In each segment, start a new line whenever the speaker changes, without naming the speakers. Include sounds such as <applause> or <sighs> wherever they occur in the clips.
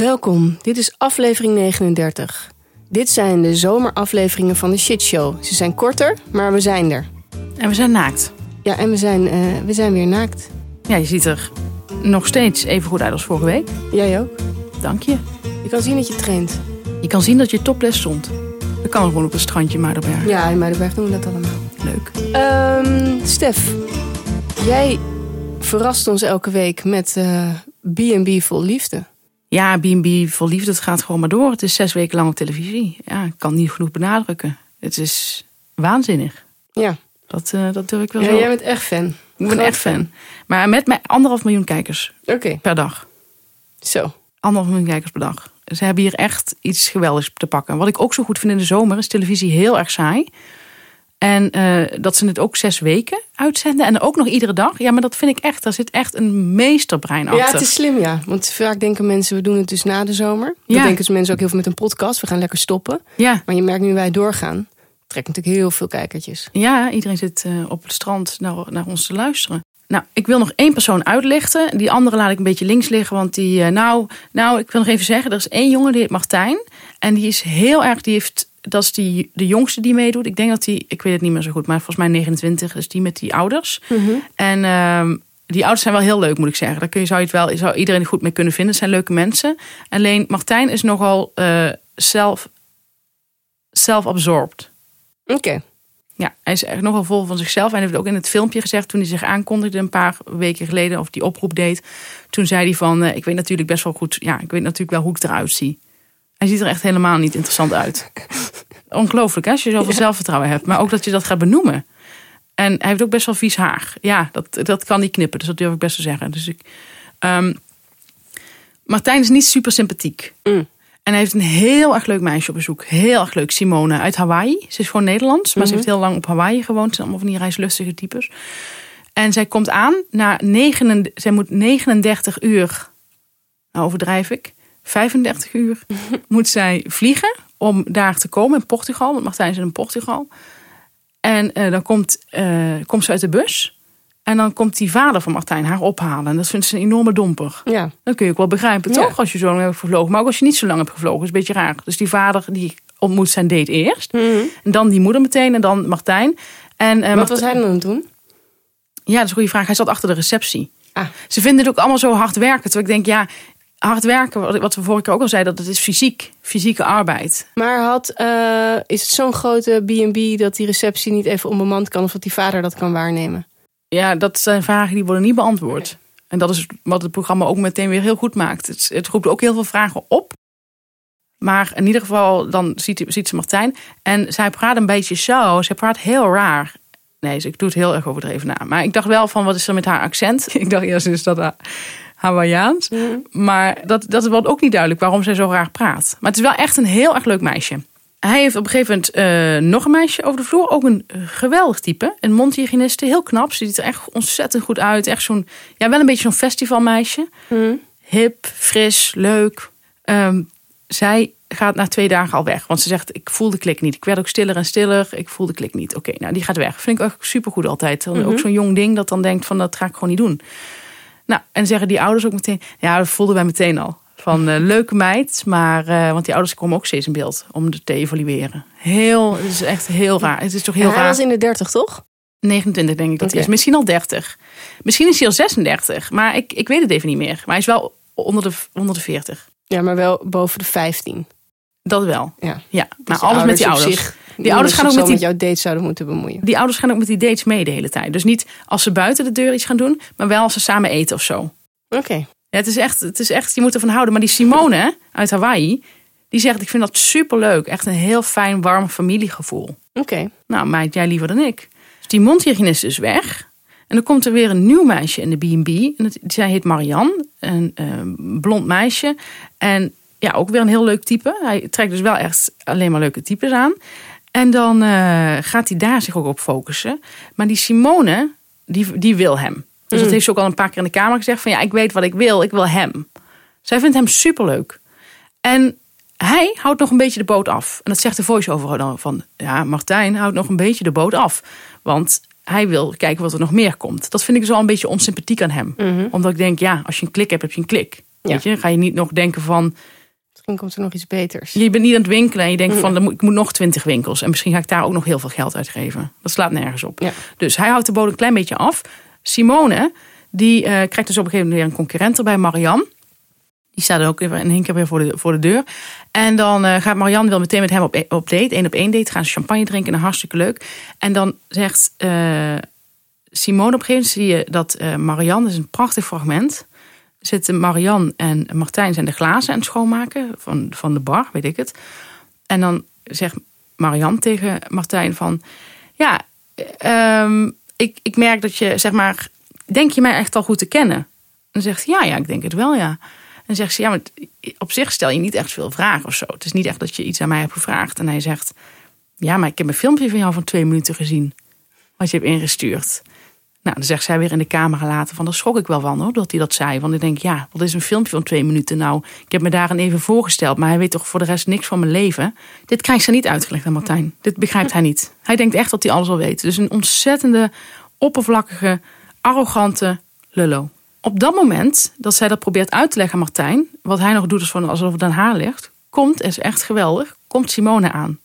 Welkom, dit is aflevering 39. Dit zijn de zomerafleveringen van de Shit Show. Ze zijn korter, maar we zijn er.
En we zijn naakt.
Ja, en we zijn, eh, we zijn weer naakt.
Ja, je ziet er nog steeds even goed uit als vorige week.
Jij ook?
Dank je.
Je kan zien dat je traint.
Je kan zien dat je topless stond. Dat kan gewoon op een strandje, maar dat ja.
Ja, in Muidenberg doen we dat allemaal.
leuk.
Ehm, Stef, jij verrast ons elke week met eh, B&B vol liefde.
Ja, B&B voor liefde, het gaat gewoon maar door. Het is zes weken lang op televisie. Ja, ik kan niet genoeg benadrukken. Het is waanzinnig.
Ja,
Dat, eh, dat durf ik wel
ja
zo.
jij bent echt fan.
ik ben echt fan. Maar met mij anderhalf miljoen kijkers
Oké,
per dag.
zo.
Anderhalf miljoen kijkers per dag. Ze hebben hier echt iets geweldigs te pakken. Wat ik ook zo goed vind in de zomer is televisie heel erg saai. En eh, dat ze het ook zes weken uitzenden. En ook nog iedere dag. Ja, maar dat vind ik echt. Daar zit echt een meesterbrein achter.
Ja, het is slim, ja. Want vaak denken mensen, we doen het dus na de zomer. Dan
Ja.
denken ze mensen ook heel veel met een podcast. We gaan lekker stoppen.
ja.
Maar je merkt nu wij doorgaan, trekt natuurlijk heel veel kijkertjes.
Ja, iedereen zit eh, op het strand naar, naar ons te luisteren. Nou, ik wil nog één persoon uitlichten. Die andere laat ik een beetje links liggen. Want die, eh, nou, nou, ik wil nog even zeggen, er is één jongen die heet Martijn. En die is heel erg, die heeft, dat is die, de jongste die meedoet. Ik denk dat die, ik weet het niet meer zo goed, maar volgens mij 29 is die met die ouders. En ehm, die ouders zijn wel heel leuk, moet ik zeggen. Daar kun je, zou, je het wel, zou iedereen goed mee kunnen vinden. Het zijn leuke mensen. Alleen Martijn is nogal eh, zelf, self-absorbed.
Oké,
Ja, hij is echt nogal vol van zichzelf. En hij heeft ook in het filmpje gezegd, toen hij zich aankondigde een paar weken geleden, of die oproep deed. Toen zei hij van, eh, ik weet natuurlijk best wel goed, ja, ik weet natuurlijk wel hoe ik eruit zie. Hij ziet er echt helemaal niet interessant uit. Ongelooflijk, hè, als je zoveel zelfvertrouwen hebt. Maar ook dat je dat gaat benoemen. En hij heeft ook best wel vies haar. Ja, dat, dat kan niet knippen, dus dat durf ik best te zeggen. Dus ik, ehm, Martijn is niet super sympathiek.
Mm.
En hij heeft een heel erg leuk meisje op bezoek. Heel erg leuk. Simone uit Hawaii. Ze is gewoon Nederlands, maar ze heeft heel lang op Hawaii gewoond. Ze zijn allemaal van die reislustige types. En zij komt aan na 9, zij moet 39 uur, nou overdrijf ik, 35 uur moet zij vliegen om daar te komen in Portugal. Want Martijn is in Portugal. En eh, dan komt, eh, komt ze uit de bus. En dan komt die vader van Martijn haar ophalen. En dat vindt ze een enorme domper.
ja.
Dat kun je ook wel begrijpen,
Ja.
toch? Als je zo lang hebt gevlogen. Maar ook als je niet zo lang hebt gevlogen, is een beetje raar. Dus die vader die ontmoet zijn date eerst. En dan die moeder meteen en dan Martijn. En, eh,
Hm. Wat
Mart-
was hij dan aan het doen?
Ja, dat is een goede vraag. Hij zat achter de receptie.
Ah,
Ze vinden het ook allemaal zo hard werken. Terwijl ik denk, ja, hard werken, wat- wat we vorige keer ook al zeiden, dat het is fysiek. Fysieke arbeid.
maar had, eh, is het zo'n grote B&B dat die receptie niet even onbemand kan... of dat die vader dat kan waarnemen?
Ja, dat zijn vragen die worden niet beantwoord. En dat is wat het programma ook meteen weer heel goed maakt. Het, het roept ook heel veel vragen op. Maar in ieder geval, dan ziet, ziet ze Martijn. En zij praat een beetje zo. Zij praat heel raar. Nee, dus ik doe het heel erg overdreven na. Maar ik dacht wel van, wat is er met haar accent? <laughs> Ik dacht eerst, is dat Ha- Hawaiiaans? Maar dat, dat wordt ook niet duidelijk waarom zij zo raar praat. Maar het is wel echt een heel erg leuk meisje. Hij heeft op een gegeven moment eh, nog een meisje over de vloer. Ook een eh, geweldig type. Een mondhygiëniste, heel knap. Ze ziet er echt ontzettend goed uit. Echt zo'n, ja, wel een beetje zo'n festivalmeisje. Hip, fris, leuk. Ehm, zij gaat na twee dagen al weg. Want ze zegt, ik voel de klik niet. Ik werd ook stiller en stiller. Ik voel de klik niet. Oké, nou die gaat weg. Vind ik ook supergoed altijd. Dan
Mhm.
Ook zo'n jong ding dat dan denkt van, dat ga ik gewoon niet doen. Nou, en zeggen die ouders ook meteen. Ja, dat voelden wij meteen al. Van eh, leuke meid, maar. eh, want die ouders komen ook steeds in beeld om de te evalueren. Heel, het is echt heel raar. Het is toch heel
En hij
raar.
was in de 30, toch?
29 denk ik dat hij
Oké.
is. Misschien al 30. Misschien is hij al 36, maar ik, ik weet het even niet meer. Maar hij is wel onder de, onder de 40.
Ja, maar wel boven de 15.
Dat wel.
Ja. Dus
Ja, maar
de
Nou, alles met die
op
ouders.
zich,
die ouders gaan ook met
zo
die
met jouw date zouden moeten bemoeien.
die ouders gaan ook met die dates mee de hele tijd. Dus niet als ze buiten de deur iets gaan doen, maar wel als ze samen eten of zo.
Oké.
Ja, het, is echt, het is echt, je moet ervan houden. Maar die Simone uit Hawaii, die zegt: Ik vind dat superleuk. Echt een heel fijn, warm familiegevoel.
Oké,
Nou, meid, jij liever dan ik. Dus die mondhygiënist is weg. En dan komt er weer een nieuw meisje in de B&B. En het- Zij heet Marianne, een eh, blond meisje. En ja, ook weer een heel leuk type. Hij trekt dus wel echt alleen maar leuke types aan. En dan eh, gaat hij daar zich ook op focussen. Maar die Simone, die, die wil hem. Dus dat heeft ze ook al een paar keer in de kamer gezegd. Van ja, ik weet wat ik wil, ik wil hem. Zij vindt hem superleuk. En hij houdt nog een beetje de boot af. En dat zegt de voice-over dan van... Ja, Martijn houdt nog een beetje de boot af. Want hij wil kijken wat er nog meer komt. Dat vind ik dus wel een beetje onsympathiek aan hem. Omdat ik denk, ja, als je een klik hebt, heb je een klik.
Ja.
Weet je? Dan ga je niet nog denken van,
Misschien komt er nog iets beters.
je bent niet aan het winkelen en je denkt van,
Mm.
dan moet- ik moet nog twintig winkels. En misschien ga ik daar ook nog heel veel geld uitgeven. Dat slaat nergens op.
Ja.
Dus hij houdt de bodem een klein beetje af. Simone, die eh, krijgt dus op een gegeven moment weer een concurrent erbij, Marianne. Die staat er ook even in één keer weer voor de, voor de deur. En dan eh, gaat Marianne wel meteen met hem op, op date, één op één date. Gaan ze champagne drinken en hartstikke leuk. En dan zegt eh, Simone op een gegeven moment, zie je dat eh, Marianne, dat is een prachtig fragment... Zitten Marianne en Martijn zijn de glazen aan het schoonmaken van, van de bar, weet ik het. En dan zegt Marianne tegen Martijn van... Ja, ehm, ik, ik merk dat je, zeg maar... Denk je mij echt al goed te kennen? En dan zegt ze, ja, ja, ik denk het wel, ja. En dan zegt ze, ja, maar het- op zich stel je niet echt veel vragen of zo. Het is niet echt dat je iets aan mij hebt gevraagd. En hij zegt, ja, maar ik heb een filmpje van jou van twee minuten gezien. Wat je hebt ingestuurd. Nou, dan zegt zij weer in de camera later van... daar schrok ik wel van hoor, dat hij dat zei. Want ik denk, ja, wat is een filmpje van twee minuten nou? Ik heb me daarin even voorgesteld, maar hij weet toch voor de rest niks van mijn leven? Dit krijgt ze niet uitgelegd aan Martijn. Dit begrijpt hij niet. Hij denkt echt dat hij alles al weet. Dus een ontzettende, oppervlakkige, arrogante lullo. Op dat moment dat zij dat probeert uit te leggen aan Martijn... wat hij nog doet is van alsof het aan haar ligt... komt, en is echt geweldig, komt Simone aan.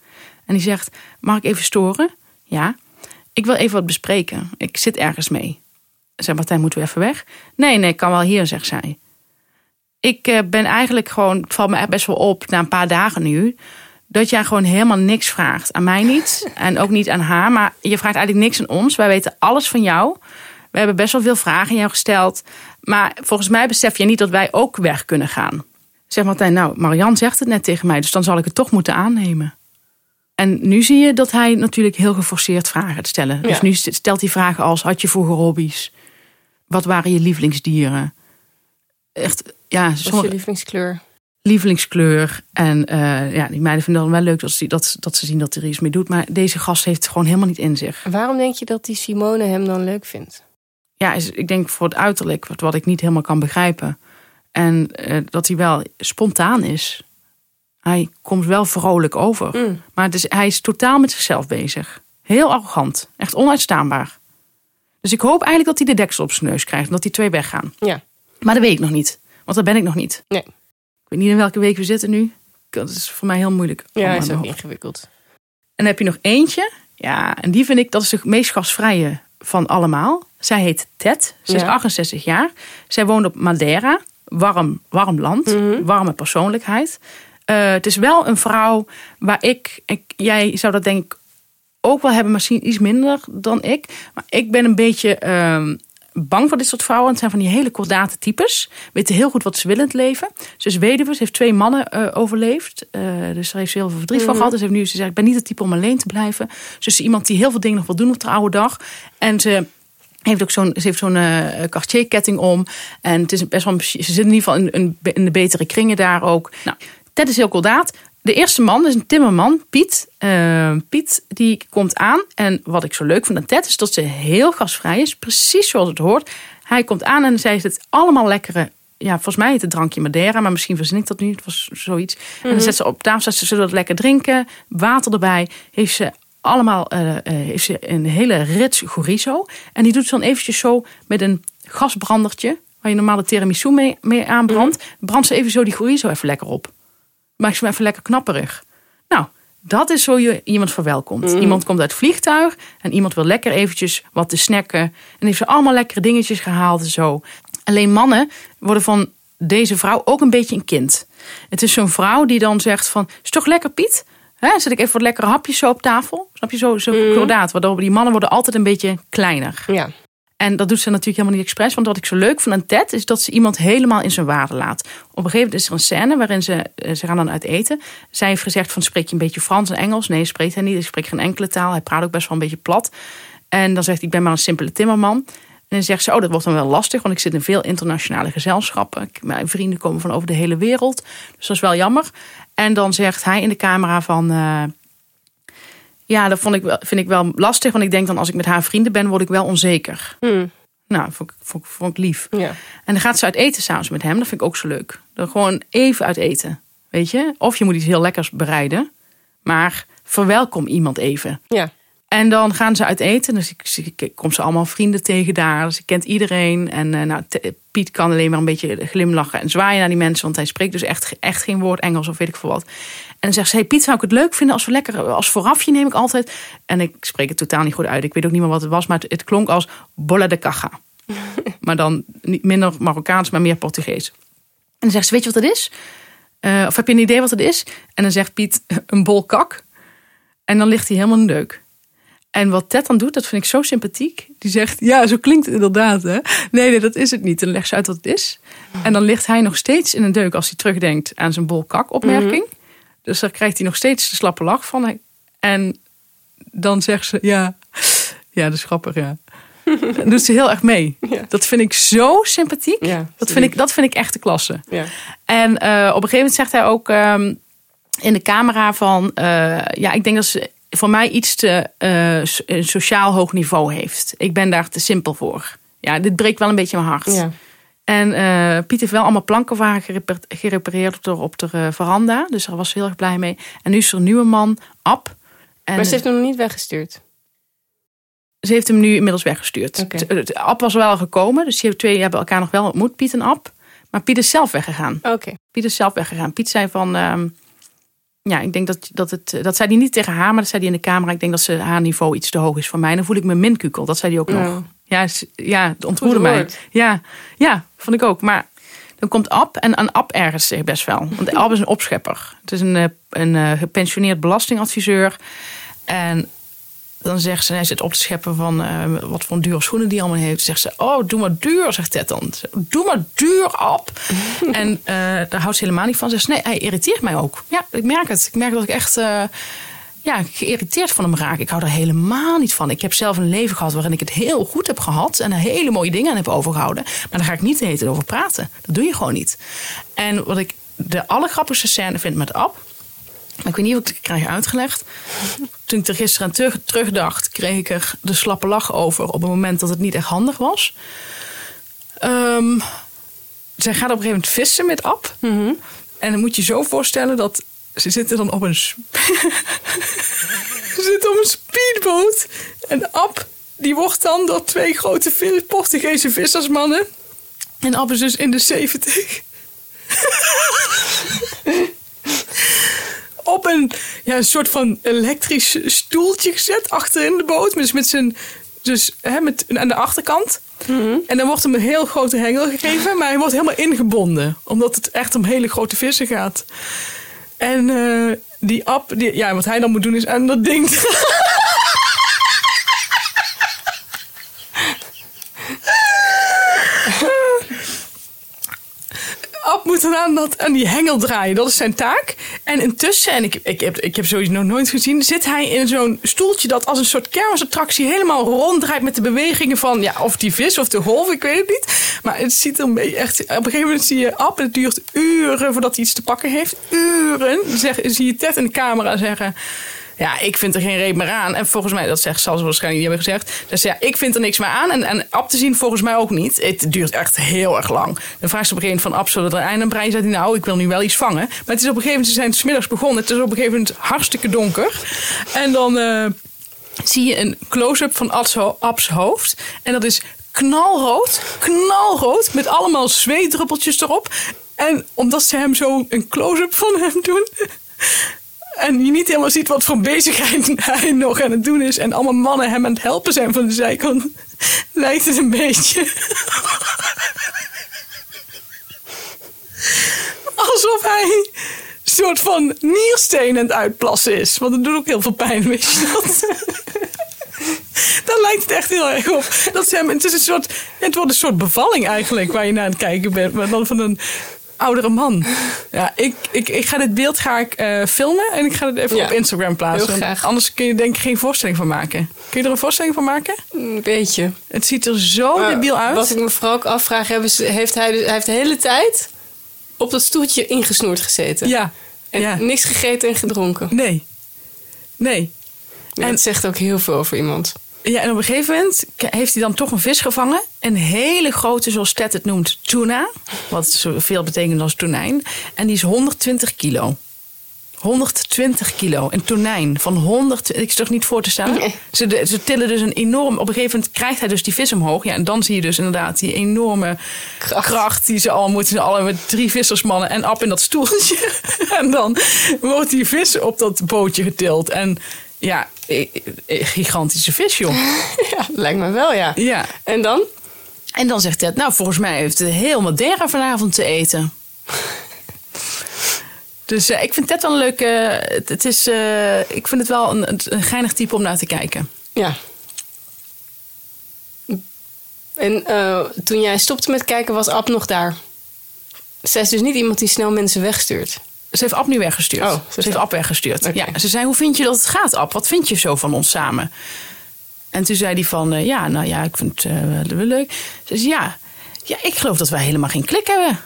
En die zegt, mag ik even storen? Ja. Ik wil even wat bespreken. Ik zit ergens mee. Zegt Martijn, moeten we even weg? Nee, nee, kan wel hier, zegt zij. Ik eh, ben eigenlijk gewoon, het valt me echt best wel op na een paar dagen nu... dat jij gewoon helemaal niks vraagt. Aan mij niet en ook niet aan haar. Maar je vraagt eigenlijk niks aan ons. Wij weten alles van jou. We hebben best wel veel vragen aan jou gesteld. Maar volgens mij besef je niet dat wij ook weg kunnen gaan. Zegt Martijn, nou, Marianne zegt het net tegen mij... dus dan zal ik het toch moeten aannemen. En nu zie je dat hij natuurlijk heel geforceerd vragen gaat stellen. Dus
Ja.
nu stelt hij vragen als: had je vroeger hobby's? Wat waren je lievelingsdieren? Echt, ja,
Wat is je
sommige
lievelingskleur?
lievelingskleur. En eh, ja, die meiden vinden dan wel leuk dat ze, dat, dat ze zien dat hij er iets mee doet. Maar deze gast heeft het gewoon helemaal niet in zich.
Waarom denk je dat die Simone hem dan leuk vindt?
Ja, is- ik denk voor het uiterlijk, wat, wat ik niet helemaal kan begrijpen. En eh, dat hij wel spontaan is. Hij komt wel vrolijk over.
Mm.
Maar het is, hij is totaal met zichzelf bezig. Heel arrogant. Echt onuitstaanbaar. Dus ik hoop eigenlijk dat hij de deksel op zijn neus krijgt. En dat die twee weggaan.
Ja.
Maar dat weet ik nog niet. Want daar ben ik nog niet.
Nee.
Ik weet niet in welke week we zitten nu. Dat is voor mij heel moeilijk. allemaal
Ja,
in
is
mijn
ook
hoofd.
ingewikkeld.
En dan heb je nog eentje. Ja, en die vind ik, dat is de meest gastvrije van allemaal. Zij heet Ted. Ze is
Ja.
68 jaar. Zij woont op Madeira. Warm, warm land.
Mhm.
Warme persoonlijkheid. Eh, het is wel een vrouw waar ik, ik... Jij zou dat denk ik ook wel hebben, maar misschien iets minder dan ik. Maar ik ben een beetje ehm, bang voor dit soort vrouwen. Het zijn van die hele kordate types. Weten heel goed wat ze willen in het leven. Ze is weduwe, ze heeft twee mannen eh, overleefd. Eh, dus daar heeft ze heel veel verdriet van gehad. Dus ze heeft nu, ze zegt, ik ben niet het type om alleen te blijven. Dus ze is iemand die heel veel dingen nog wil doen op de oude dag. En ze... Heeft ook zo'n, ze heeft zo'n eh Cartier-ketting om. En het is best wel, een- ze zit in ieder geval in, in, in de betere kringen daar ook. Nou, Ted is heel koldaat. De eerste man is een timmerman, Piet. Eh, Piet, die komt aan. En wat ik zo leuk vind aan Ted is dat ze heel gasvrij is. Precies zoals het hoort. Hij komt aan en zij zet allemaal lekkere... Ja, volgens mij heet het drankje Madeira, maar misschien verzin ik dat nu. Het was zoiets. En dan zet ze op tafel, zet ze zullen dat lekker drinken. Water erbij. Heeft ze allemaal eh, eh, heeft ze een hele rits chorizo. En die doet ze dan eventjes zo met een gasbrandertje... waar je normale tiramisu mee, mee aanbrandt. Brandt ze even zo die chorizo even lekker op. Maakt ze hem even lekker knapperig. Nou, dat is zo je iemand verwelkomt. Iemand komt uit het vliegtuig en iemand wil lekker eventjes wat te snacken. En heeft ze allemaal lekkere dingetjes gehaald en zo. Alleen mannen worden van deze vrouw ook een beetje een kind. Het is zo'n vrouw die dan zegt van, is toch lekker Piet? Hè, zet ik even wat lekkere hapjes zo op tafel? Snap je, zo, zo kordaat. Waardoor die mannen worden altijd een beetje kleiner.
Ja.
En dat doet ze natuurlijk helemaal niet expres. Want wat ik zo leuk vind aan Ted is dat ze iemand helemaal in zijn waarde laat. Op een gegeven moment is er een scène waarin ze, eh, ze gaan dan uit eten. Zij heeft gezegd van spreek je een beetje Frans en Engels? Nee, spreekt hij niet. Hij spreekt geen enkele taal. Hij praat ook best wel een beetje plat. En dan zegt hij, ik ben maar een simpele timmerman. En dan zegt ze, oh dat wordt dan wel lastig. Want ik zit in veel internationale gezelschappen. Ik- Mijn vrienden komen van over de hele wereld. Dus dat is wel jammer. En dan zegt hij in de camera van... eh, ja, dat vond ik wel, vind ik wel lastig. Want ik denk dan, als ik met haar vrienden ben, word ik wel onzeker.
Mm.
Nou, vond ik, vond, ik- vond ik lief.
ja.
En dan gaat ze uit eten s'avonds met hem. Dat vind ik ook zo leuk. Dan gewoon even uit eten. Weet je? Of je moet iets heel lekkers bereiden. Maar verwelkom iemand even.
Ja.
En dan gaan ze uit eten. Dus ik, ik- ik kom ze allemaal vrienden tegen daar. Dus ik kent iedereen. En eh, nou, T- Piet kan alleen maar een beetje glimlachen en zwaaien naar die mensen. Want hij spreekt dus echt, echt geen woord Engels of weet ik veel wat. En dan zegt ze, hey Piet, zou ik het leuk vinden als we lekker... Als voorafje neem ik altijd. En ik spreek het totaal niet goed uit. Ik weet ook niet meer wat het was. Maar het, het klonk als bolle de caja. maar dan niet minder Marokkaans, maar meer Portugees. En dan zegt ze, weet je wat dat is? Eh, of heb je een idee wat het is? En dan zegt Piet, <laughs> een bol kak. En dan ligt hij helemaal in de deuk. En wat Ted dan doet, dat vind ik zo sympathiek. Die zegt, ja, zo klinkt het inderdaad, hè? Nee, nee, dat is het niet. Dan legt ze uit wat het is. En dan ligt hij nog steeds in een deuk als hij terugdenkt aan zijn bol kak opmerking.
Mhm.
Dus daar krijgt hij nog steeds de slappe lach van. En dan zegt ze, ja, ja, dat is grappig,
<laughs>
ja. Dan doet ze heel erg mee.
Ja.
Dat vind ik zo sympathiek.
Ja,
dat, vind ik, dat vind ik echt de klasse.
Ja.
En eh, op een gegeven moment zegt hij ook ehm, in de camera van... eh, ja, ik denk dat ze voor mij iets te eh, so- een sociaal hoog niveau heeft. Ik ben daar te simpel voor. Ja, dit breekt wel een beetje mijn hart.
Ja.
En eh, Piet heeft wel allemaal planken voor haar gereper- gerepareerd op de, op de eh, veranda. Dus daar was ze heel erg blij mee. En nu is er een nieuwe man, Ab. En
Maar ze heeft hem nog niet weggestuurd.
ze heeft hem nu inmiddels weggestuurd.
Oké.
T- eh, Ab was wel gekomen, dus die hebben- twee hebben elkaar nog wel ontmoet, Piet en Ab. Maar Piet is zelf weggegaan.
Oké.
Piet is zelf weggegaan. Piet zei van... ehm, ja, ik denk dat, dat het... eh, Dat zei hij niet tegen haar, maar dat zei hij in de camera. Ik denk dat ze haar niveau iets te hoog is voor mij. Dan voel ik me minkukel. Dat zei hij ook
Ja.
nog. Ja, is- ja het ontroerde
Goed
mij.
woord.
Ja, ja, vond ik ook. Maar dan komt Ab en een Ab ergert zich best wel. Want Ab is een opschepper. Het is een, eh, een eh, gepensioneerd belastingadviseur. En dan zegt ze, hij zit op te scheppen van eh, wat voor dure schoenen die allemaal heeft. Zegt ze, oh, doe maar duur, zegt Ted dan. Doe maar duur, op. en eh, daar houdt ze helemaal niet van. Zegt ze, nee, hij irriteert mij ook. Ja, ik merk het. Ik merk dat ik echt eh, ja, geïrriteerd van hem raak. Ik hou er helemaal niet van. Ik heb zelf een leven gehad waarin ik het heel goed heb gehad. En er hele mooie dingen aan heb overgehouden. Maar daar ga ik niet de hele tijd over praten. Dat doe je gewoon niet. En wat ik de allergrappigste scène vind met Ab... Ik weet niet of ik het krijg uitgelegd. Toen ik er gisteren aan terug, terugdacht, kreeg ik er de slappe lach over op het moment dat het niet echt handig was. Ehm, zij gaat op een gegeven moment vissen met Ab. En dan moet je je zo voorstellen dat ze zitten dan op een. sp- <laughs> ze zitten op een speedboot. En Ab, die wordt dan door twee grote vi- Portugese vissersmannen. En Ab is dus in de 70. op een, ja, een soort van elektrisch stoeltje gezet achterin de boot. Dus met zijn. Dus hè, met, aan de achterkant. En dan wordt hem een heel grote hengel gegeven. Maar hij wordt helemaal ingebonden. Omdat het echt om hele grote vissen gaat. En eh, die app. Die, ja, wat hij dan moet doen is aan dat ding. <laughs> Ab moet dan aan, dat, aan die hengel draaien. Dat is zijn taak. En intussen, en ik, ik, heb, ik heb zoiets nog nooit gezien... zit hij in zo'n stoeltje dat als een soort kermisattractie... helemaal ronddraait met de bewegingen van... ja, of die vis of de golf, ik weet het niet. Maar het ziet er een beetje echt... Op een gegeven moment zie je Ab, en het duurt uren voordat hij iets te pakken heeft. Uren. Zeg, zie je Ted in de camera zeggen... Ja, ik vind er geen reet meer aan. En volgens mij, dat zegt zal ze waarschijnlijk niet hebben gezegd. Dus ja, ik vind er niks meer aan. En, en Ab te zien volgens mij ook niet. Het duurt echt heel erg lang. Dan vraagt ze op een gegeven moment van Ab, zullen we er eind aan breien? Zegt hij, nou, ik wil nu wel iets vangen. Maar het is op een gegeven moment, ze zijn 's middags begonnen. Het is op een gegeven moment hartstikke donker. En dan eh, zie je een close-up van Abs, ho- Abs hoofd. En dat is knalrood, knalrood, met allemaal zweetdruppeltjes erop. En omdat ze hem zo een close-up van hem doen... <laughs> En je niet helemaal ziet wat voor bezigheid <laughs> hij nog aan het doen is. En allemaal mannen hem aan het helpen zijn van de zijkant. <laughs> Lijkt het een beetje. Alsof hij een soort van niersteen aan het uitplassen is. Want dat doet ook heel veel pijn, weet je dat? <laughs> Daar lijkt het echt heel erg op. Dat ze hem, het, is een soort, het wordt een soort bevalling eigenlijk waar je naar aan het kijken bent. Maar dan van een oudere man. Ja, ik, ik, ik ga dit beeld ga ik, eh, filmen en ik ga het even
Ja,
op Instagram plaatsen.
heel graag.
Anders kun je denk ik geen voorstelling van maken. Kun je er een voorstelling van maken?
Een beetje.
Het ziet er zo
Maar
Oh, debiel uit.
Wat ik me vooral ook afvraag, hebben ze- heeft hij, dus- hij heeft de hele tijd op dat stoeltje ingesnoerd gezeten.
Ja.
En
ja.
niks gegeten en gedronken.
Nee. Nee.
En
En-
het zegt ook heel veel over iemand. <laughs>
Ja, en op een gegeven moment k- heeft hij dan toch een vis gevangen. Een hele grote, zoals Ted het noemt, tuna. Wat zoveel betekent als tonijn. En die is 120 kilo. 120 kilo. Een tonijn van 100. Ik is toch niet voor te stellen?
Nee.
Ze, de- ze tillen dus een enorm. Op een gegeven moment krijgt hij dus die vis omhoog. Ja, en dan zie je dus inderdaad die enorme kracht, die ze al moeten. Alle met drie vissersmannen en Ab in dat stoeltje. <laughs> en dan wordt die vis op dat bootje getild. En ja, eh, eh, gigantische vis, joh.
Ja, lijkt me wel, ja.
ja.
En dan?
En dan zegt Ted, nou volgens mij heeft hij helemaal derra vanavond te eten. dus eh, ik vind Ted wel een leuke... Het, het is, eh, ik vind het wel een, een geinig type om naar te kijken.
Ja. En eh, toen jij stopte met kijken, was Ab nog daar. Zij is dus niet iemand die snel mensen wegstuurt.
Ze heeft Ab nu weggestuurd.
Oh, ze
ze
heeft
heeft
Ab.
Ab weggestuurd.
Oké.
Ja, ze zei, hoe vind je dat het gaat, Ab? Wat vind je zo van ons samen? En toen zei hij van, eh, ja, nou ja, ik vind het eh, wel leuk. Ze zei, ja, ja, ik geloof dat wij helemaal geen klik hebben.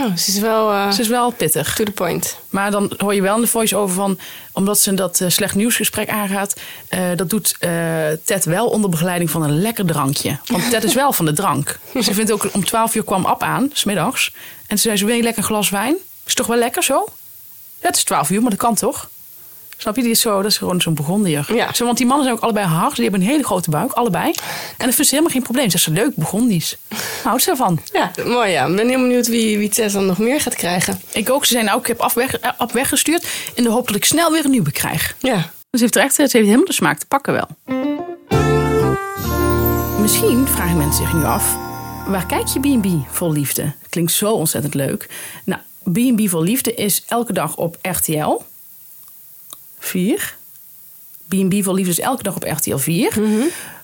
Oh, ze is wel eh,
Ze is wel pittig.
to the point.
Maar dan hoor je wel in de voice-over van... omdat ze dat eh, slecht nieuwsgesprek aangaat... eh, dat doet eh, Ted wel onder begeleiding van een lekker drankje. Want Ted is wel van de drank. Ze vindt ook, om 12 uur kwam Ab aan, smiddags. En toen zei ze, wil je lekker een glas wijn? Is toch wel lekker zo? Ja, het is 12 uur, maar dat kan toch? Snap je? Die is zo, dat is gewoon zo'n begondier.
Ja.
Zo, want die mannen zijn ook allebei hard. Die hebben een hele grote buik, allebei. En dat vindt ze helemaal geen probleem. Zegt ze, leuk, begondies. Houdt ze ervan.
Ja, mooi ja. Ik ben heel benieuwd wie, wie Tess dan nog meer gaat krijgen.
Ik ook. Ze zei, nou, ik heb af weg, eh, Ab weggestuurd... in de hoop dat ik snel weer een nieuwe krijg.
Ja.
Ze Dus heeft er echt ze heeft helemaal de smaak te pakken wel. Misschien vragen mensen zich nu af... waar kijk je B&B vol liefde? Klinkt zo ontzettend leuk. Nou, B&B vol liefde is elke dag op RTL 4. B&B vol liefde is elke dag op RTL 4.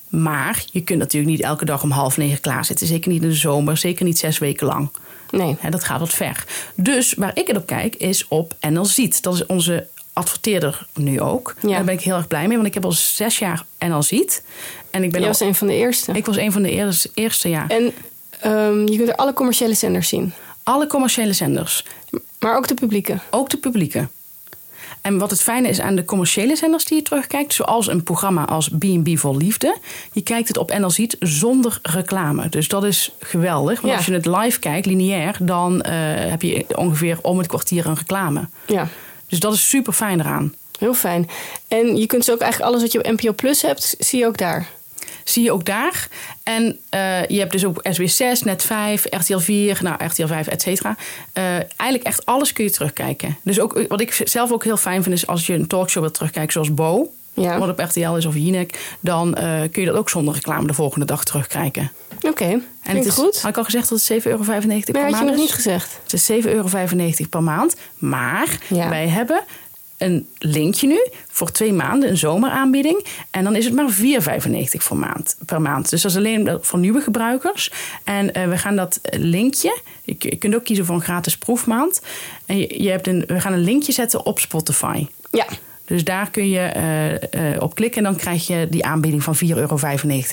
Maar je kunt natuurlijk niet elke dag om half negen klaarzitten. Zeker niet in de zomer, zeker niet zes weken lang.
Nee.
Hè, dat gaat wat ver. Dus waar ik het op kijk is op NL Ziet. Dat is onze adverteerder nu ook.
Ja.
Daar ben ik heel erg blij mee, want ik heb al zes jaar NL Ziet. En ik ben
Jij
al-
was Eh. een van de eerste.
ik was een van de eerste, eerste jaar.
En ehm, je kunt er alle commerciële zenders zien.
Alle commerciële zenders,
Maar ook de publieke.
ook de publieke. En wat het fijne is aan de commerciële zenders die je terugkijkt, zoals een programma als B&B voor Liefde, je kijkt het op NL Ziet zonder reclame. Dus dat is geweldig. Want
Ja.
als je het live kijkt, lineair, dan eh, heb je ongeveer om het kwartier een reclame.
Ja,
Dus dat is super fijn eraan.
heel fijn. En je kunt ze ook eigenlijk alles wat je op NPO Plus hebt, zie je ook daar.
Zie je ook daar. En eh, je hebt dus ook SW6, Net5, RTL4, nou RTL5, et cetera. Eh, eigenlijk echt alles kun je terugkijken. Dus ook, eh, wat ik zelf ook heel fijn vind is als je een talkshow wilt terugkijken zoals Bo...
Ja.
wat op RTL is of Jinek... dan eh, kun je dat ook zonder reclame de volgende dag terugkijken. En
Oké, en het
het is,
goed.
Had ik al gezegd dat het 7,95 euro per
Nee,
maand
had je nog
is?
niet gezegd.
Het is 7,95 euro per maand. Maar
Ja.
wij hebben een linkje nu voor twee maanden, een zomeraanbieding. En dan is het maar 4,95 voor maand, per maand. Dus dat is alleen voor nieuwe gebruikers. En eh, we gaan dat eh, linkje... Je, je kunt ook kiezen voor een gratis proefmaand. En je, je hebt een, we gaan een linkje zetten op Spotify.
Ja,
Dus daar kun je eh, eh, op klikken en dan krijg je die aanbieding van 4,95 euro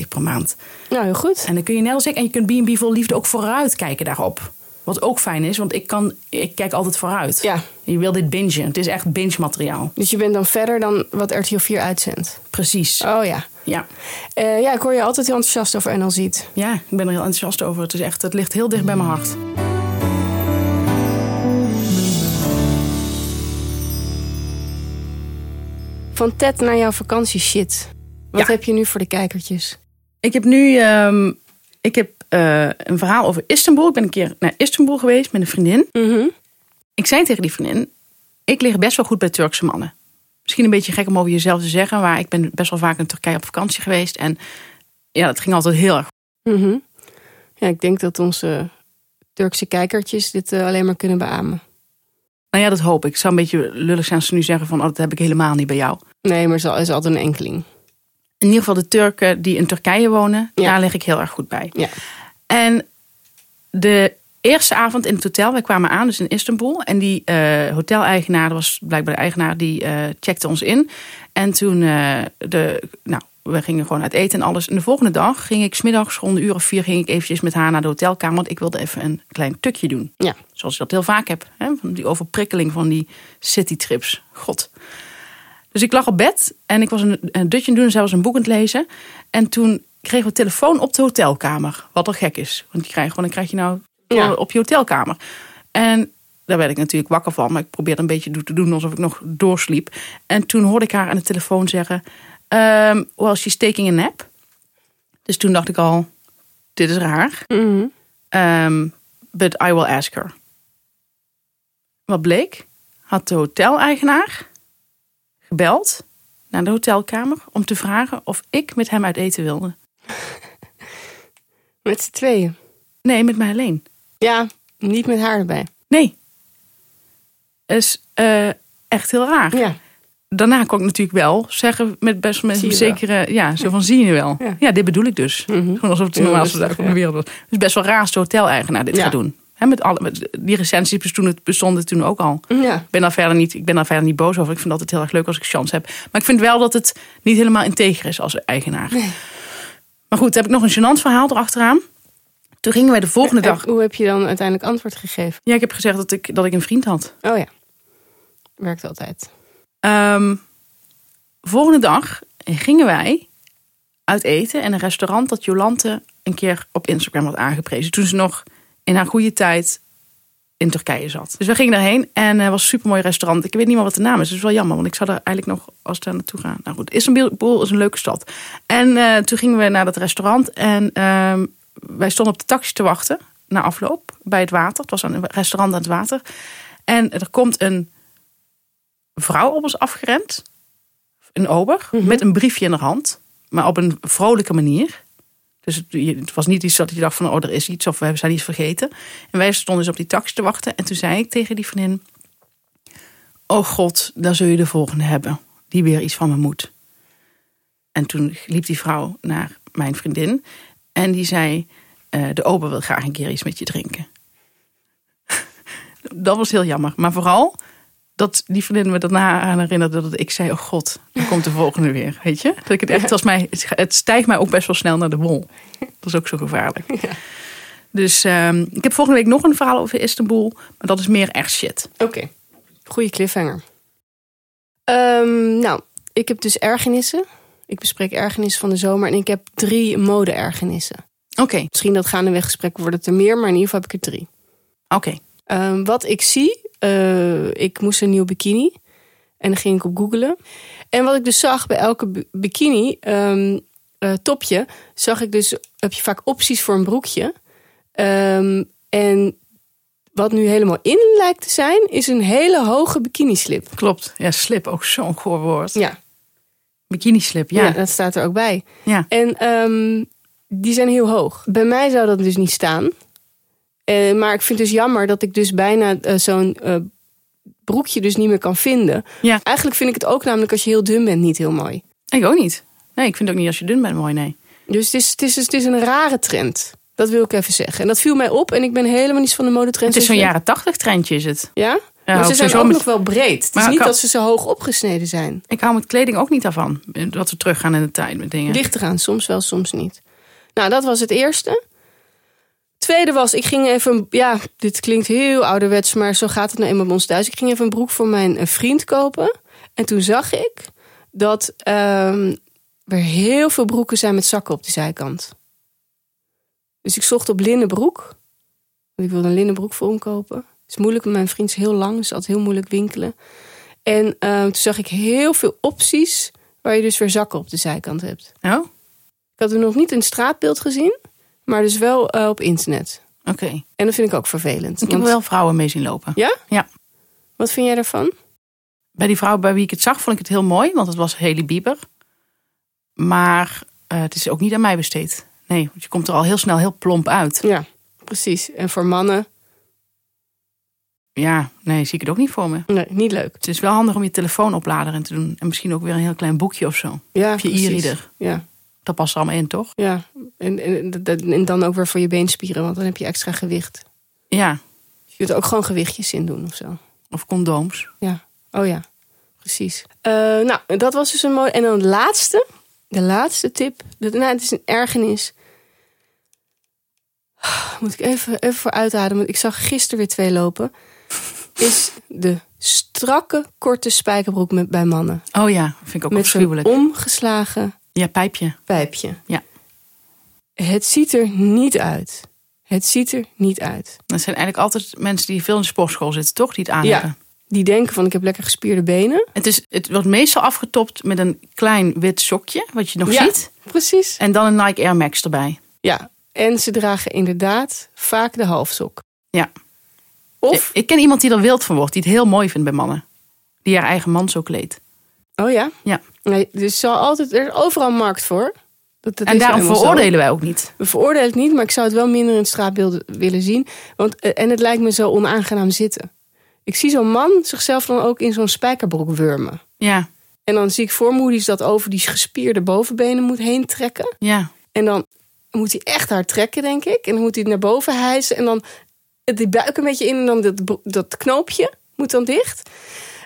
per maand.
nou heel goed.
En dan kun je net als ik, en je kunt B&B vol liefde ook vooruit kijken daarop. Wat ook fijn is, want ik, kan, ik kijk altijd vooruit.
Ja.
Je wil dit bingen. Het is echt binge materiaal.
Dus je bent dan verder dan wat RTL 4 uitzendt.
Precies.
Oh ja.
Ja.
Eh, ja, ik hoor je altijd heel enthousiast over NL Ziet.
ja, ik ben er heel enthousiast over. Het, is echt, het ligt heel dicht bij mijn hart.
Van Ted naar jouw vakantie shit. Wat
Ja.
heb je nu voor de kijkertjes?
Ik heb nu ehm, ik heb, eh, een verhaal over Istanbul. Ik ben een keer naar Istanbul geweest met een vriendin.
Mhm.
Ik zei tegen die vriendin, ik lig best wel goed bij Turkse mannen. Misschien een beetje gek om over jezelf te zeggen, maar ik ben best wel vaak in Turkije op vakantie geweest. En ja, dat ging altijd heel erg
Mhm. Ja, ik denk dat onze Turkse kijkertjes dit eh, alleen maar kunnen beamen.
Nou ja, dat hoop ik. Het zou een beetje lullig zijn als ze nu zeggen van... Oh, dat heb ik helemaal niet bij jou.
Nee, maar het is altijd een enkeling.
In ieder geval de Turken die in Turkije wonen...
Ja.
daar lig ik heel erg goed bij.
Ja.
En de eerste avond in het hotel, wij kwamen aan, dus in Istanbul. En die eh hoteleigenaar, dat was blijkbaar de eigenaar, die eh, checkte ons in. En toen, eh, de, nou, we gingen gewoon uit eten en alles. En de volgende dag ging ik, smiddags rond een uur of vier, ging ik eventjes met haar naar de hotelkamer. Want ik wilde even een klein tukje doen.
Ja.
Zoals ik dat heel vaak heb, hè? van die overprikkeling van die citytrips. God. Dus ik lag op bed en ik was een, een dutje aan het doen en zelfs een boek aan het lezen. En toen kregen we telefoon op de hotelkamer. Wat al gek is. Want je krijgt gewoon, dan krijg je nou
Ja.
op je hotelkamer. En Daar werd ik natuurlijk wakker van, maar ik probeerde een beetje te doen alsof ik nog doorsliep. En toen hoorde ik haar aan de telefoon zeggen: ehm Well, she's taking a nap. Dus toen dacht ik al: Dit is raar.
Mhm.
Ehm, but I will ask her. Wat bleek? Had de hoteleigenaar gebeld naar de hotelkamer om te vragen of ik met hem uit eten wilde.
Met z'n tweeën.
Nee, met mij alleen.
Ja, niet met haar erbij.
Nee. Is eh, echt heel raar.
Ja.
Daarna kon ik natuurlijk wel zeggen met best wel
Zie
mensen
je
zekere... Ja, zo van zie je wel. Ja,
Ja. Mhm.
dit bedoel ik dus. Gewoon alsof het de
Heel
normaalste dag
rustig,
van de wereld was. Dus best wel raar als de hoteleigenaar dit
Ja.
gaat doen. Hè, met alle, met, die recensies bestonden, bestonden toen ook al.
Ja.
Ik ben daar verder niet, ik ben daar verder niet boos over. Ik vind het altijd heel erg leuk als ik chance heb. Maar ik vind wel dat het niet helemaal integer is als eigenaar. Maar goed, heb ik nog een gênant verhaal erachteraan. Toen gingen wij de volgende dag.
En Hoe heb je dan uiteindelijk antwoord gegeven?
Ja, ik heb gezegd dat ik, dat ik een vriend had.
Oh ja. Werkt altijd.
Ehm, volgende dag gingen wij uit eten in een restaurant dat Jolante een keer op Instagram had aangeprezen. Toen ze nog in haar goede tijd in Turkije zat. Dus we gingen daarheen en het was een supermooi restaurant. Ik weet niet meer wat de naam is. Dat is wel jammer, want ik zou daar eigenlijk nog als ik daar naartoe gaan. Nou goed, Istanbul is een leuke stad. En eh, toen gingen we naar dat restaurant en ehm, wij stonden op de taxi te wachten na afloop bij het water. Het was een restaurant aan het water. En er komt een vrouw op ons afgerend. Een ober. Met een briefje in de hand. Maar op een vrolijke manier. Dus het, je- het was niet iets dat je dacht van... oh, er is iets of we zijn iets vergeten. En wij stonden dus op die taxi te wachten. En toen zei ik tegen die vriendin... oh god, daar zul je de volgende hebben. Die weer iets van me moet. En toen liep die vrouw naar mijn vriendin. En die zei... eh, de ober wil graag een keer iets met je drinken. <laughs> dat was heel jammer. Maar vooral dat die vriendin me daarna aan herinnerde dat ik zei: Oh god, dan komt de volgende weer. Weet je? Dat ik het echt als mij, het- het stijgt mij ook best wel snel naar de wol. Dat is ook zo gevaarlijk. Dus ehm, ik heb volgende week nog een verhaal over Istanbul, maar dat is meer echt shit.
Oké. Goeie cliffhanger. Ehm, nou, ik heb dus ergernissen. Ik bespreek ergernissen van de zomer. En ik heb drie mode-ergernissen.
Oké,
Misschien dat gaandeweg gesprekken worden het er meer. Maar in ieder geval heb ik er drie.
oké.
Ehm, wat ik zie, eh, ik moest een nieuwe bikini. En dan ging ik op googlen. En wat ik dus zag bij elke bi- bikini, ehm, eh, topje, zag ik dus, heb je vaak opties voor een broekje. Ehm, en wat nu helemaal in lijkt te zijn, is een hele hoge bikinislip.
Klopt. Ja, slip ook zo'n goor woord.
Ja,
Bikini slip, ja.
ja.
ja.
dat staat er ook bij. En ehm, die zijn heel hoog. Bij mij zou dat dus niet staan. Eh, maar ik vind het dus jammer dat ik dus bijna eh, zo'n eh, broekje dus niet meer kan vinden.
Ja.
Eigenlijk vind ik het ook namelijk als je heel dun bent niet heel mooi.
Ik ook niet. Nee, ik vind ook niet als je dun bent mooi, nee.
Dus het is, het is, het is een rare trend. Dat wil ik even zeggen. En dat viel mij op en ik ben helemaal niet van de modetrends.
Het is zo'n
ja.
jaren tachtig trendje is het.
Ja? maar
ook
ze zijn
sowieso
ook
met-
nog wel breed. Het is
Maar
niet
kan-
dat ze zo hoog opgesneden zijn.
Ik hou met kleding ook niet daarvan. Dat we teruggaan in de tijd met dingen.
Ligt eraan, soms wel, soms niet. Nou, dat was het eerste. Tweede was, ik ging even, ja, dit klinkt heel ouderwets, maar zo gaat het nou eenmaal bij ons thuis. Ik ging even een broek voor mijn eh, vriend kopen. En toen zag ik dat ehm, er heel veel broeken zijn met zakken op de zijkant. Dus ik zocht op linnen broek. Want ik wilde een linnen broek voor hem kopen. Het is moeilijk, want mijn vriend is heel lang, dus altijd heel moeilijk winkelen. En ehm, toen zag ik heel veel opties waar je dus weer zakken op de zijkant hebt.
Oh,
Ik had hem nog niet in het straatbeeld gezien, maar dus wel eh, op internet.
oké.
En dat vind ik ook vervelend.
Ik heb
want-
wel vrouwen mee zien lopen.
Ja?
Ja.
Wat vind jij daarvan?
Bij die vrouw bij wie ik het zag, vond ik het heel mooi, want het was Haley Bieber. Maar eh, het is ook niet aan mij besteed. Nee, want je komt er al heel snel heel plomp uit.
Ja, precies. En voor mannen,
Ja, nee, zie ik het ook niet voor me.
nee, niet leuk.
Het is wel handig om je telefoonoplader in te doen. En misschien ook weer een heel klein boekje of zo.
Ja,
Of je
precies.
e-reader.
Ja,
Dat past er allemaal in, toch?
ja. En, en, dat- dat- en dan ook weer voor je beenspieren, want dan heb je extra gewicht.
Ja,
Je kunt er ook gewoon gewichtjes in doen of zo.
of condooms.
Ja, oh ja, precies. Eh, nou, dat was dus een mooi. En dan de laatste, de laatste tip. Dat, nou, het is een ergernis. <sighs> Moet ik even, even voor uitademen, want ik zag gisteren weer twee <laughs> lopen. Is de strakke, korte spijkerbroek met, bij mannen.
Oh ja, vind ik ook
met zo'n
afschuwelijk.
omgeslagen
Ja, pijpje.
pijpje.
Ja.
Het ziet er niet uit. Het ziet er niet uit.
Dat zijn eigenlijk altijd mensen die veel in de sportschool zitten, toch? Die het aan hebben.
Die denken van ik heb lekker gespierde benen.
Het, is, het wordt meestal afgetopt met een klein wit sokje, wat je nog
Ja.
ziet.
Precies.
En dan een Nike Air Max erbij.
Ja. En ze dragen inderdaad vaak de halfsok.
Ja.
Of,
Ik, ik ken iemand die er wild van wordt, die het heel mooi vindt bij mannen. Die haar eigen man zo kleedt.
oh ja.
Ja.
Nee, dus zal altijd, er is overal een markt voor. Dat, dat
en
is
daarom
nou eenmaal zo.
veroordelen wij ook niet.
We veroordelen het niet, maar ik zou het wel minder in het straatbeeld willen zien. Want, eh, en het lijkt me zo onaangenaam zitten. Ik zie zo'n man zichzelf dan ook in zo'n spijkerbroek wurmen.
Ja,
En dan zie ik voor Moody's dat over die gespierde bovenbenen moet heen trekken.
ja.
En dan moet hij echt hard trekken, denk ik. En dan moet hij het naar boven hijsen. En dan het- die buik een beetje in. En dan dat, bro- dat knoopje moet dan dicht.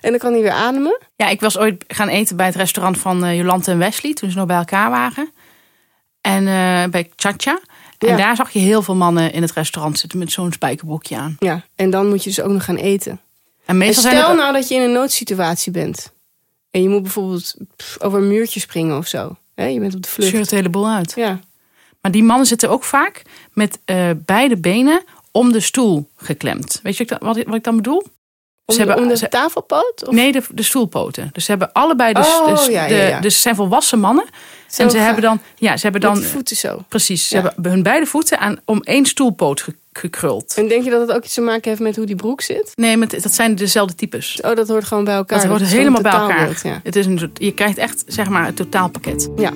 En dan kan hij weer ademen.
Ja, ik was ooit gaan eten bij het restaurant van eh, Jolante en Wesley. Toen ze nog bij elkaar waren. En eh, bij Chacha. En
Ja.
daar zag je heel veel mannen in het restaurant zitten met zo'n spijkerbroekje aan.
Ja, en dan moet je dus ook nog gaan eten.
En
En
meestal zijn
stel
het-
nou dat je in een noodsituatie bent. En je moet bijvoorbeeld pff, over een muurtje springen of zo. Hè, je bent op de vlucht.
scheurt het hele boel uit.
Ja.
Maar die mannen zitten ook vaak met eh, beide benen om de stoel geklemd. Weet je wat ik dan- wat, ik- wat ik dan bedoel?
Om,
Ze hebben-
om de
ze-
tafelpoot? Of
Nee, de, de stoelpoten. Dus ze hebben allebei de,
Oh,
de,
ja, ja,
de-
ja.
dus ze zijn volwassen mannen.
Zo
en ze
ga-
hebben dan, ja, ze hebben
dan,
dan
met de voeten zo.
precies, ze
Ja.
hebben hun beide voeten aan om één stoelpoot ge- gekruld.
En denk je dat het ook iets te maken heeft met hoe die broek zit?
Nee, maar het- dat zijn dezelfde types.
Oh, dat hoort gewoon bij elkaar.
Dat hoort
is zo'n
helemaal bij
totaalbeeld,
elkaar.
Ja.
Het is een, soort- je krijgt echt zeg maar het totaalpakket.
ja.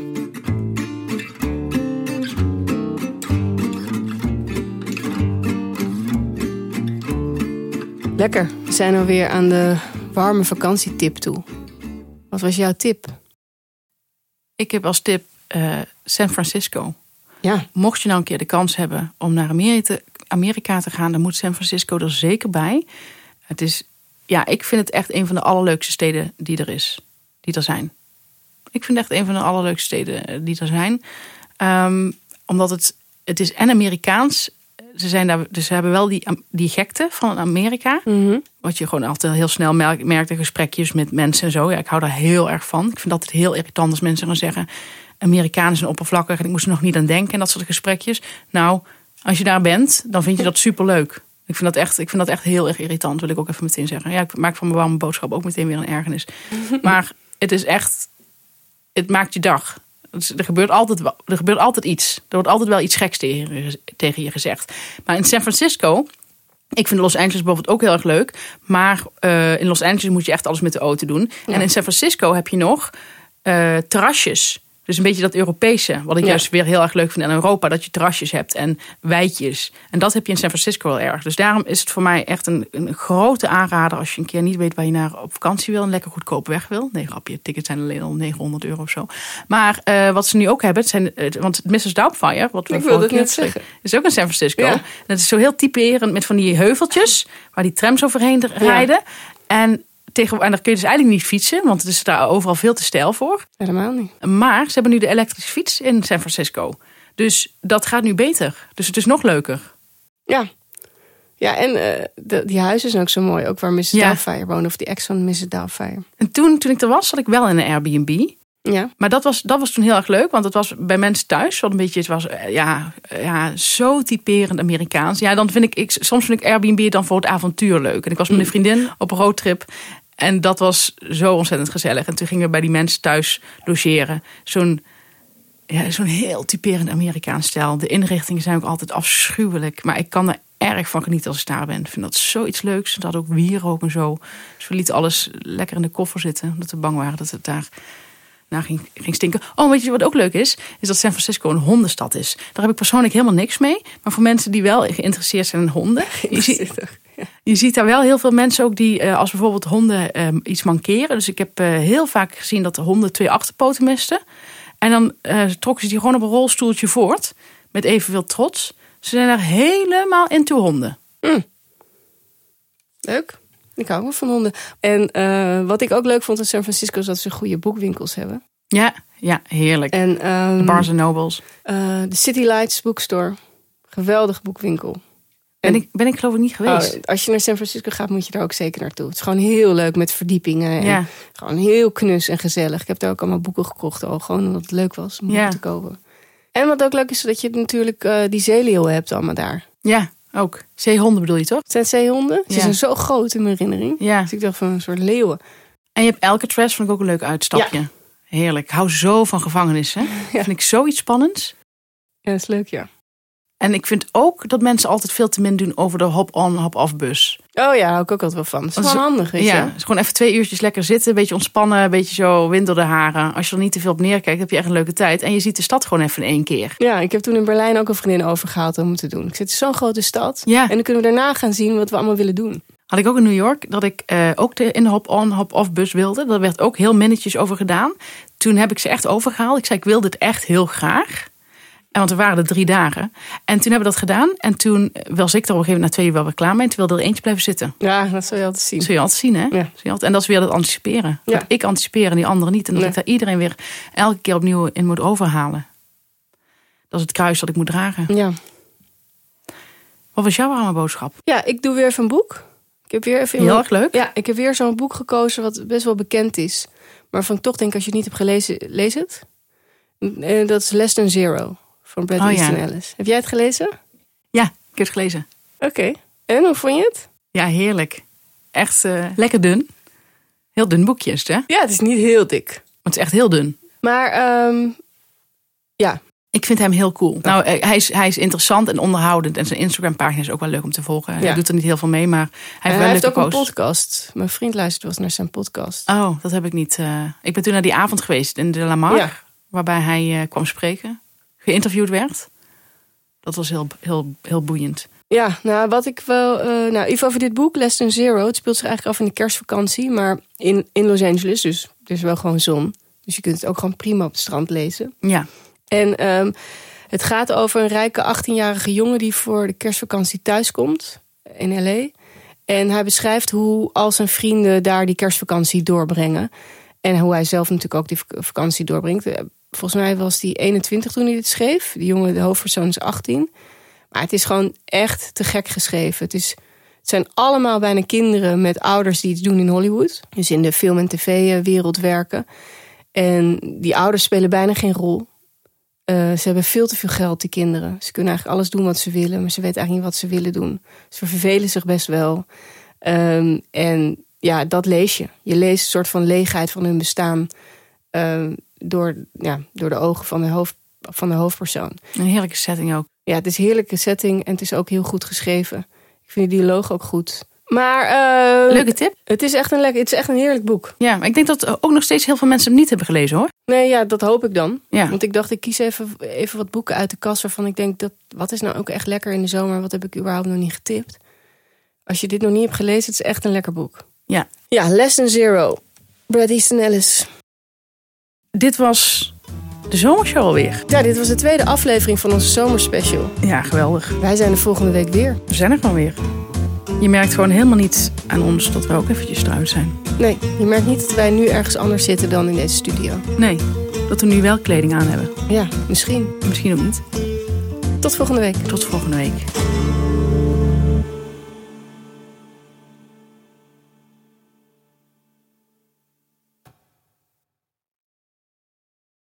Lekker. We zijn alweer aan de warme vakantietip toe. Wat was jouw tip?
Ik heb als tip eh, San Francisco.
Ja,
Mocht je nou een keer de kans hebben om naar Amerika te, Amerika te gaan, dan moet San Francisco er zeker bij. Het is, ja, ik vind het echt een van de allerleukste steden die er is, die er zijn. Ik vind het echt een van de allerleukste steden eh, die er zijn, Ehm, omdat het, het is en Amerikaans. Ze zijn daar, dus ze hebben wel die, die gekte van Amerika. Wat je gewoon altijd heel snel merk- merkt in gesprekjes met mensen en zo. Ja, ik hou daar heel erg van. Ik vind altijd heel irritant als mensen gaan zeggen... Amerikanen zijn oppervlakkig en ik moest er nog niet aan denken. En dat soort gesprekjes. Nou, als je daar bent, dan vind je dat superleuk. Ik vind dat echt, ik vind dat echt heel erg irritant, wil ik ook even meteen zeggen. Ja, ik maak van mijn warme boodschap ook meteen weer een ergernis. Maar het is echt... Het maakt je dag. Het is- Er gebeurt, altijd, wel- er gebeurt altijd iets. Er wordt altijd wel iets geks tegen je- tegen je gezegd. Maar in San Francisco... Ik vind Los Angeles bijvoorbeeld ook heel erg leuk. Maar eh, in Los Angeles moet je echt alles met de auto doen. En in San Francisco heb je nog eh, terrasjes. Dus een beetje dat Europese. Wat ik
Ja.
juist weer heel erg leuk vind aan Europa. Dat je terrasjes hebt en wijtjes. En dat heb je in San Francisco wel erg. Dus daarom is het voor mij echt een, een grote aanrader. Als je een keer niet weet waar je naar op vakantie wil. En lekker goedkoop weg wil. Nee, grapje. Tickets zijn alleen al 900 euro of zo. Maar eh, wat ze nu ook hebben. Het zijn, eh, want Mrs. Doubtfire. Wat we
Ik wilde
vorige
het
keer
net
bespreken,
zeggen.
is ook in San Francisco.
Ja.
En het is zo heel typerend met van die heuveltjes waar die trams overheen de- rijden. En, tegen, en daar kun je dus eigenlijk niet fietsen, want het is daar overal veel te stijl voor.
helemaal niet.
Maar ze hebben nu de elektrische fiets in San Francisco. Dus dat gaat nu beter. Dus het is nog leuker.
Ja. Ja, en eh, de- die huizen zijn ook zo mooi. Ook waar Mrs.
Ja.
Doubtfire woont. Of die ex van Mrs. Doubtfire.
En toen, toen ik er was, zat ik wel in een Airbnb.
<laughs> Ja.
Maar dat was, dat was toen heel erg leuk, want het was bij mensen thuis wat een beetje, het was eh, ja, eh, ja, zo typerend Amerikaans. Ja, dan vind ik, ik, soms vind ik Airbnb dan voor het avontuur leuk. En ik was met een vriendin op een roadtrip en dat was zo ontzettend gezellig. En toen gingen we bij die mensen thuis logeren. Zo'n ja, zo'n heel typerend Amerikaans stijl. De inrichtingen zijn ook altijd afschuwelijk, maar ik kan er erg van genieten als ik daar ben. Ik vind dat zoiets leuks. Dat ook wierook en zo. Dus we lieten alles lekker in de koffer zitten, omdat we bang waren dat het daar nou, ging, ging stinken. Oh, weet je wat ook leuk is? Is dat San Francisco een hondenstad is. Daar heb ik persoonlijk helemaal niks mee. Maar voor mensen die wel geïnteresseerd zijn in honden. Je ziet, je ziet daar wel heel veel mensen ook die eh, als bijvoorbeeld honden eh, iets mankeren. Dus ik heb eh, heel vaak gezien dat de honden twee achterpoten misten. En dan eh, trokken ze die gewoon op een rolstoeltje voort. Met evenveel trots. Ze zijn daar helemaal into honden.
Leuk. Ik hou wel van honden. En eh, wat ik ook leuk vond in San Francisco... is dat ze goede boekwinkels hebben.
Ja, ja heerlijk.
En ehm,
Barnes Nobles.
eh, de City Lights Bookstore. Geweldige boekwinkel.
Oh, Ben ik, ben ik geloof ik niet geweest.
Oh, als je naar San Francisco gaat, moet je daar ook zeker naartoe. Het is gewoon heel leuk met verdiepingen. En
Ja.
Gewoon heel knus en gezellig. Ik heb daar ook allemaal boeken gekocht al. Gewoon omdat het leuk was om
Ja.
boeken te kopen. En wat ook leuk is, dat je natuurlijk eh, die zeeleeuwen hebt allemaal daar.
Ja, ook. Zeehonden bedoel je toch?
Het zijn zeehonden. Ze
Ja.
zijn zo groot in mijn herinnering.
Ja.
Dus ik dacht van een soort leeuwen.
En je hebt Alcatraz, vond ik ook een leuk uitstapje. Heerlijk. Ik hou zo van gevangenissen. Vind ik zoiets spannends.
Ja, dat is leuk, ja.
En ik vind ook dat mensen altijd veel te min doen over de hop-on, hop-off bus.
Oh ja, hou ik ook altijd wel van. Dat is
Dat is-
wel handig, weet
ja,
je.
dus gewoon even twee uurtjes lekker zitten, een beetje ontspannen, een beetje zo wind door de haren. Als je er niet te veel op neerkijkt, heb je echt een leuke tijd. En je ziet de stad gewoon even in één keer.
Ja, ik heb toen in Berlijn ook een vriendin overgehaald om het te doen. Ik zit in zo'n grote stad.
Ja.
En dan kunnen we daarna gaan zien wat we allemaal willen doen.
Had ik ook in New York dat ik eh, ook de, in de hop-on, hop-off bus wilde. Daar werd ook heel minnetjes over gedaan. Toen heb ik ze echt overgehaald. Ik zei, ik wil dit echt heel graag. En want er waren er drie dagen. En toen hebben we dat gedaan. En toen was ik er op een gegeven moment na twee uur wel weer klaar mee. En toen wilde er eentje blijven zitten.
Ja, dat zal je altijd zien.
Dat zul je altijd zien, hè?
Ja.
Zul je altijd- En dat is weer dat anticiperen.
Ja.
Dat ik anticipeer en die anderen niet. En dat
Nee.
ik daar iedereen weer elke keer opnieuw in moet overhalen. Dat is het kruis dat ik moet dragen.
Ja.
Wat was jouw warme boodschap?
ja, ik doe weer even een boek. Ik heb weer even in
Heel
mijn-
erg leuk.
Ja, ik heb weer zo'n boek gekozen wat best wel bekend is. Maar van ik toch denk, als je het niet hebt gelezen, lees het. Eh, Dat is Less Than Zero van Brad
Oh, ja.
Easton Ellis. Heb jij het gelezen?
Ja, ik heb het gelezen.
Oké. En hoe vond je het?
Ja, heerlijk. Echt eh, lekker dun. Heel dun boekje is het, hè? Want
Ja, het is niet heel dik.
het is echt heel dun.
Maar ehm, ja,
Ik vind hem heel cool. Nou, eh, hij is, hij is interessant en onderhoudend. En zijn Instagram-pagina is ook wel leuk om te volgen. Hij
Ja.
doet er niet heel veel mee, maar hij heeft
en
wel
hij heeft ook
leuke
een
posts.
podcast. Mijn vriend luistert wel eens naar zijn podcast.
Oh, dat heb ik niet. eh. ik ben toen naar die avond geweest in de Lamar.
Ja.
Waarbij hij eh, kwam spreken. Geïnterviewd werd. Dat was heel, heel, heel boeiend.
Ja, nou, wat ik wel. eh, nou, even over dit boek, Less Than Zero. Het speelt zich eigenlijk af in de kerstvakantie, maar in, in Los Angeles. Dus er is wel gewoon zon. Dus je kunt het ook gewoon prima op het strand lezen.
Ja.
En ehm, het gaat over een rijke 18-jarige jongen die voor de kerstvakantie thuiskomt in LA. En hij beschrijft hoe al zijn vrienden daar die kerstvakantie doorbrengen. En hoe hij zelf natuurlijk ook die vak- vakantie doorbrengt. Eh, Volgens mij was hij 21 toen hij dit schreef. Die jongen, de hoofdpersoon, is 18. Maar het is gewoon echt te gek geschreven. Het, is, het zijn allemaal bijna kinderen met ouders die iets doen in Hollywood. Dus in de film- en tv-wereld werken. En die ouders spelen bijna geen rol. Eh, ze hebben veel te veel geld, die kinderen. Ze kunnen eigenlijk alles doen wat ze willen, maar ze weten eigenlijk niet wat ze willen doen. Ze vervelen zich best wel. Ehm, en ja, dat lees je. Je leest een soort van leegheid van hun bestaan ehm, door, ja, door de ogen van de, hoofd, van de hoofdpersoon.
Een heerlijke setting ook.
Ja, het is een heerlijke setting en het is ook heel goed geschreven. Ik vind de dialoog ook goed. Maar eh,
Leuke tip.
het, is echt een lekker, het is echt een heerlijk boek.
Ja, maar ik denk dat eh, ook nog steeds heel veel mensen hem niet hebben gelezen, hoor.
Nee, ja, dat hoop ik dan. <laughs>
Ja.
Want ik dacht, ik kies even, even wat boeken uit de kast waarvan ik denk, dat, wat is nou ook echt lekker in de zomer? Wat heb ik überhaupt nog niet getipt? Als je dit nog niet hebt gelezen, het is echt een lekker boek.
Ja.
Ja, Lesson Zero. Brad Easton Ellis.
Dit was de zomershow alweer.
Ja, dit was de tweede aflevering van onze zomerspecial.
Ja, geweldig.
Wij zijn er volgende week weer.
We zijn er gewoon weer. Je merkt gewoon helemaal niet aan ons dat we ook eventjes eruit zijn.
Nee, je merkt niet dat wij nu ergens anders zitten dan in deze studio.
Nee, dat we nu wel kleding aan hebben.
Ja, misschien.
Misschien ook niet.
Tot volgende week.
Tot volgende week.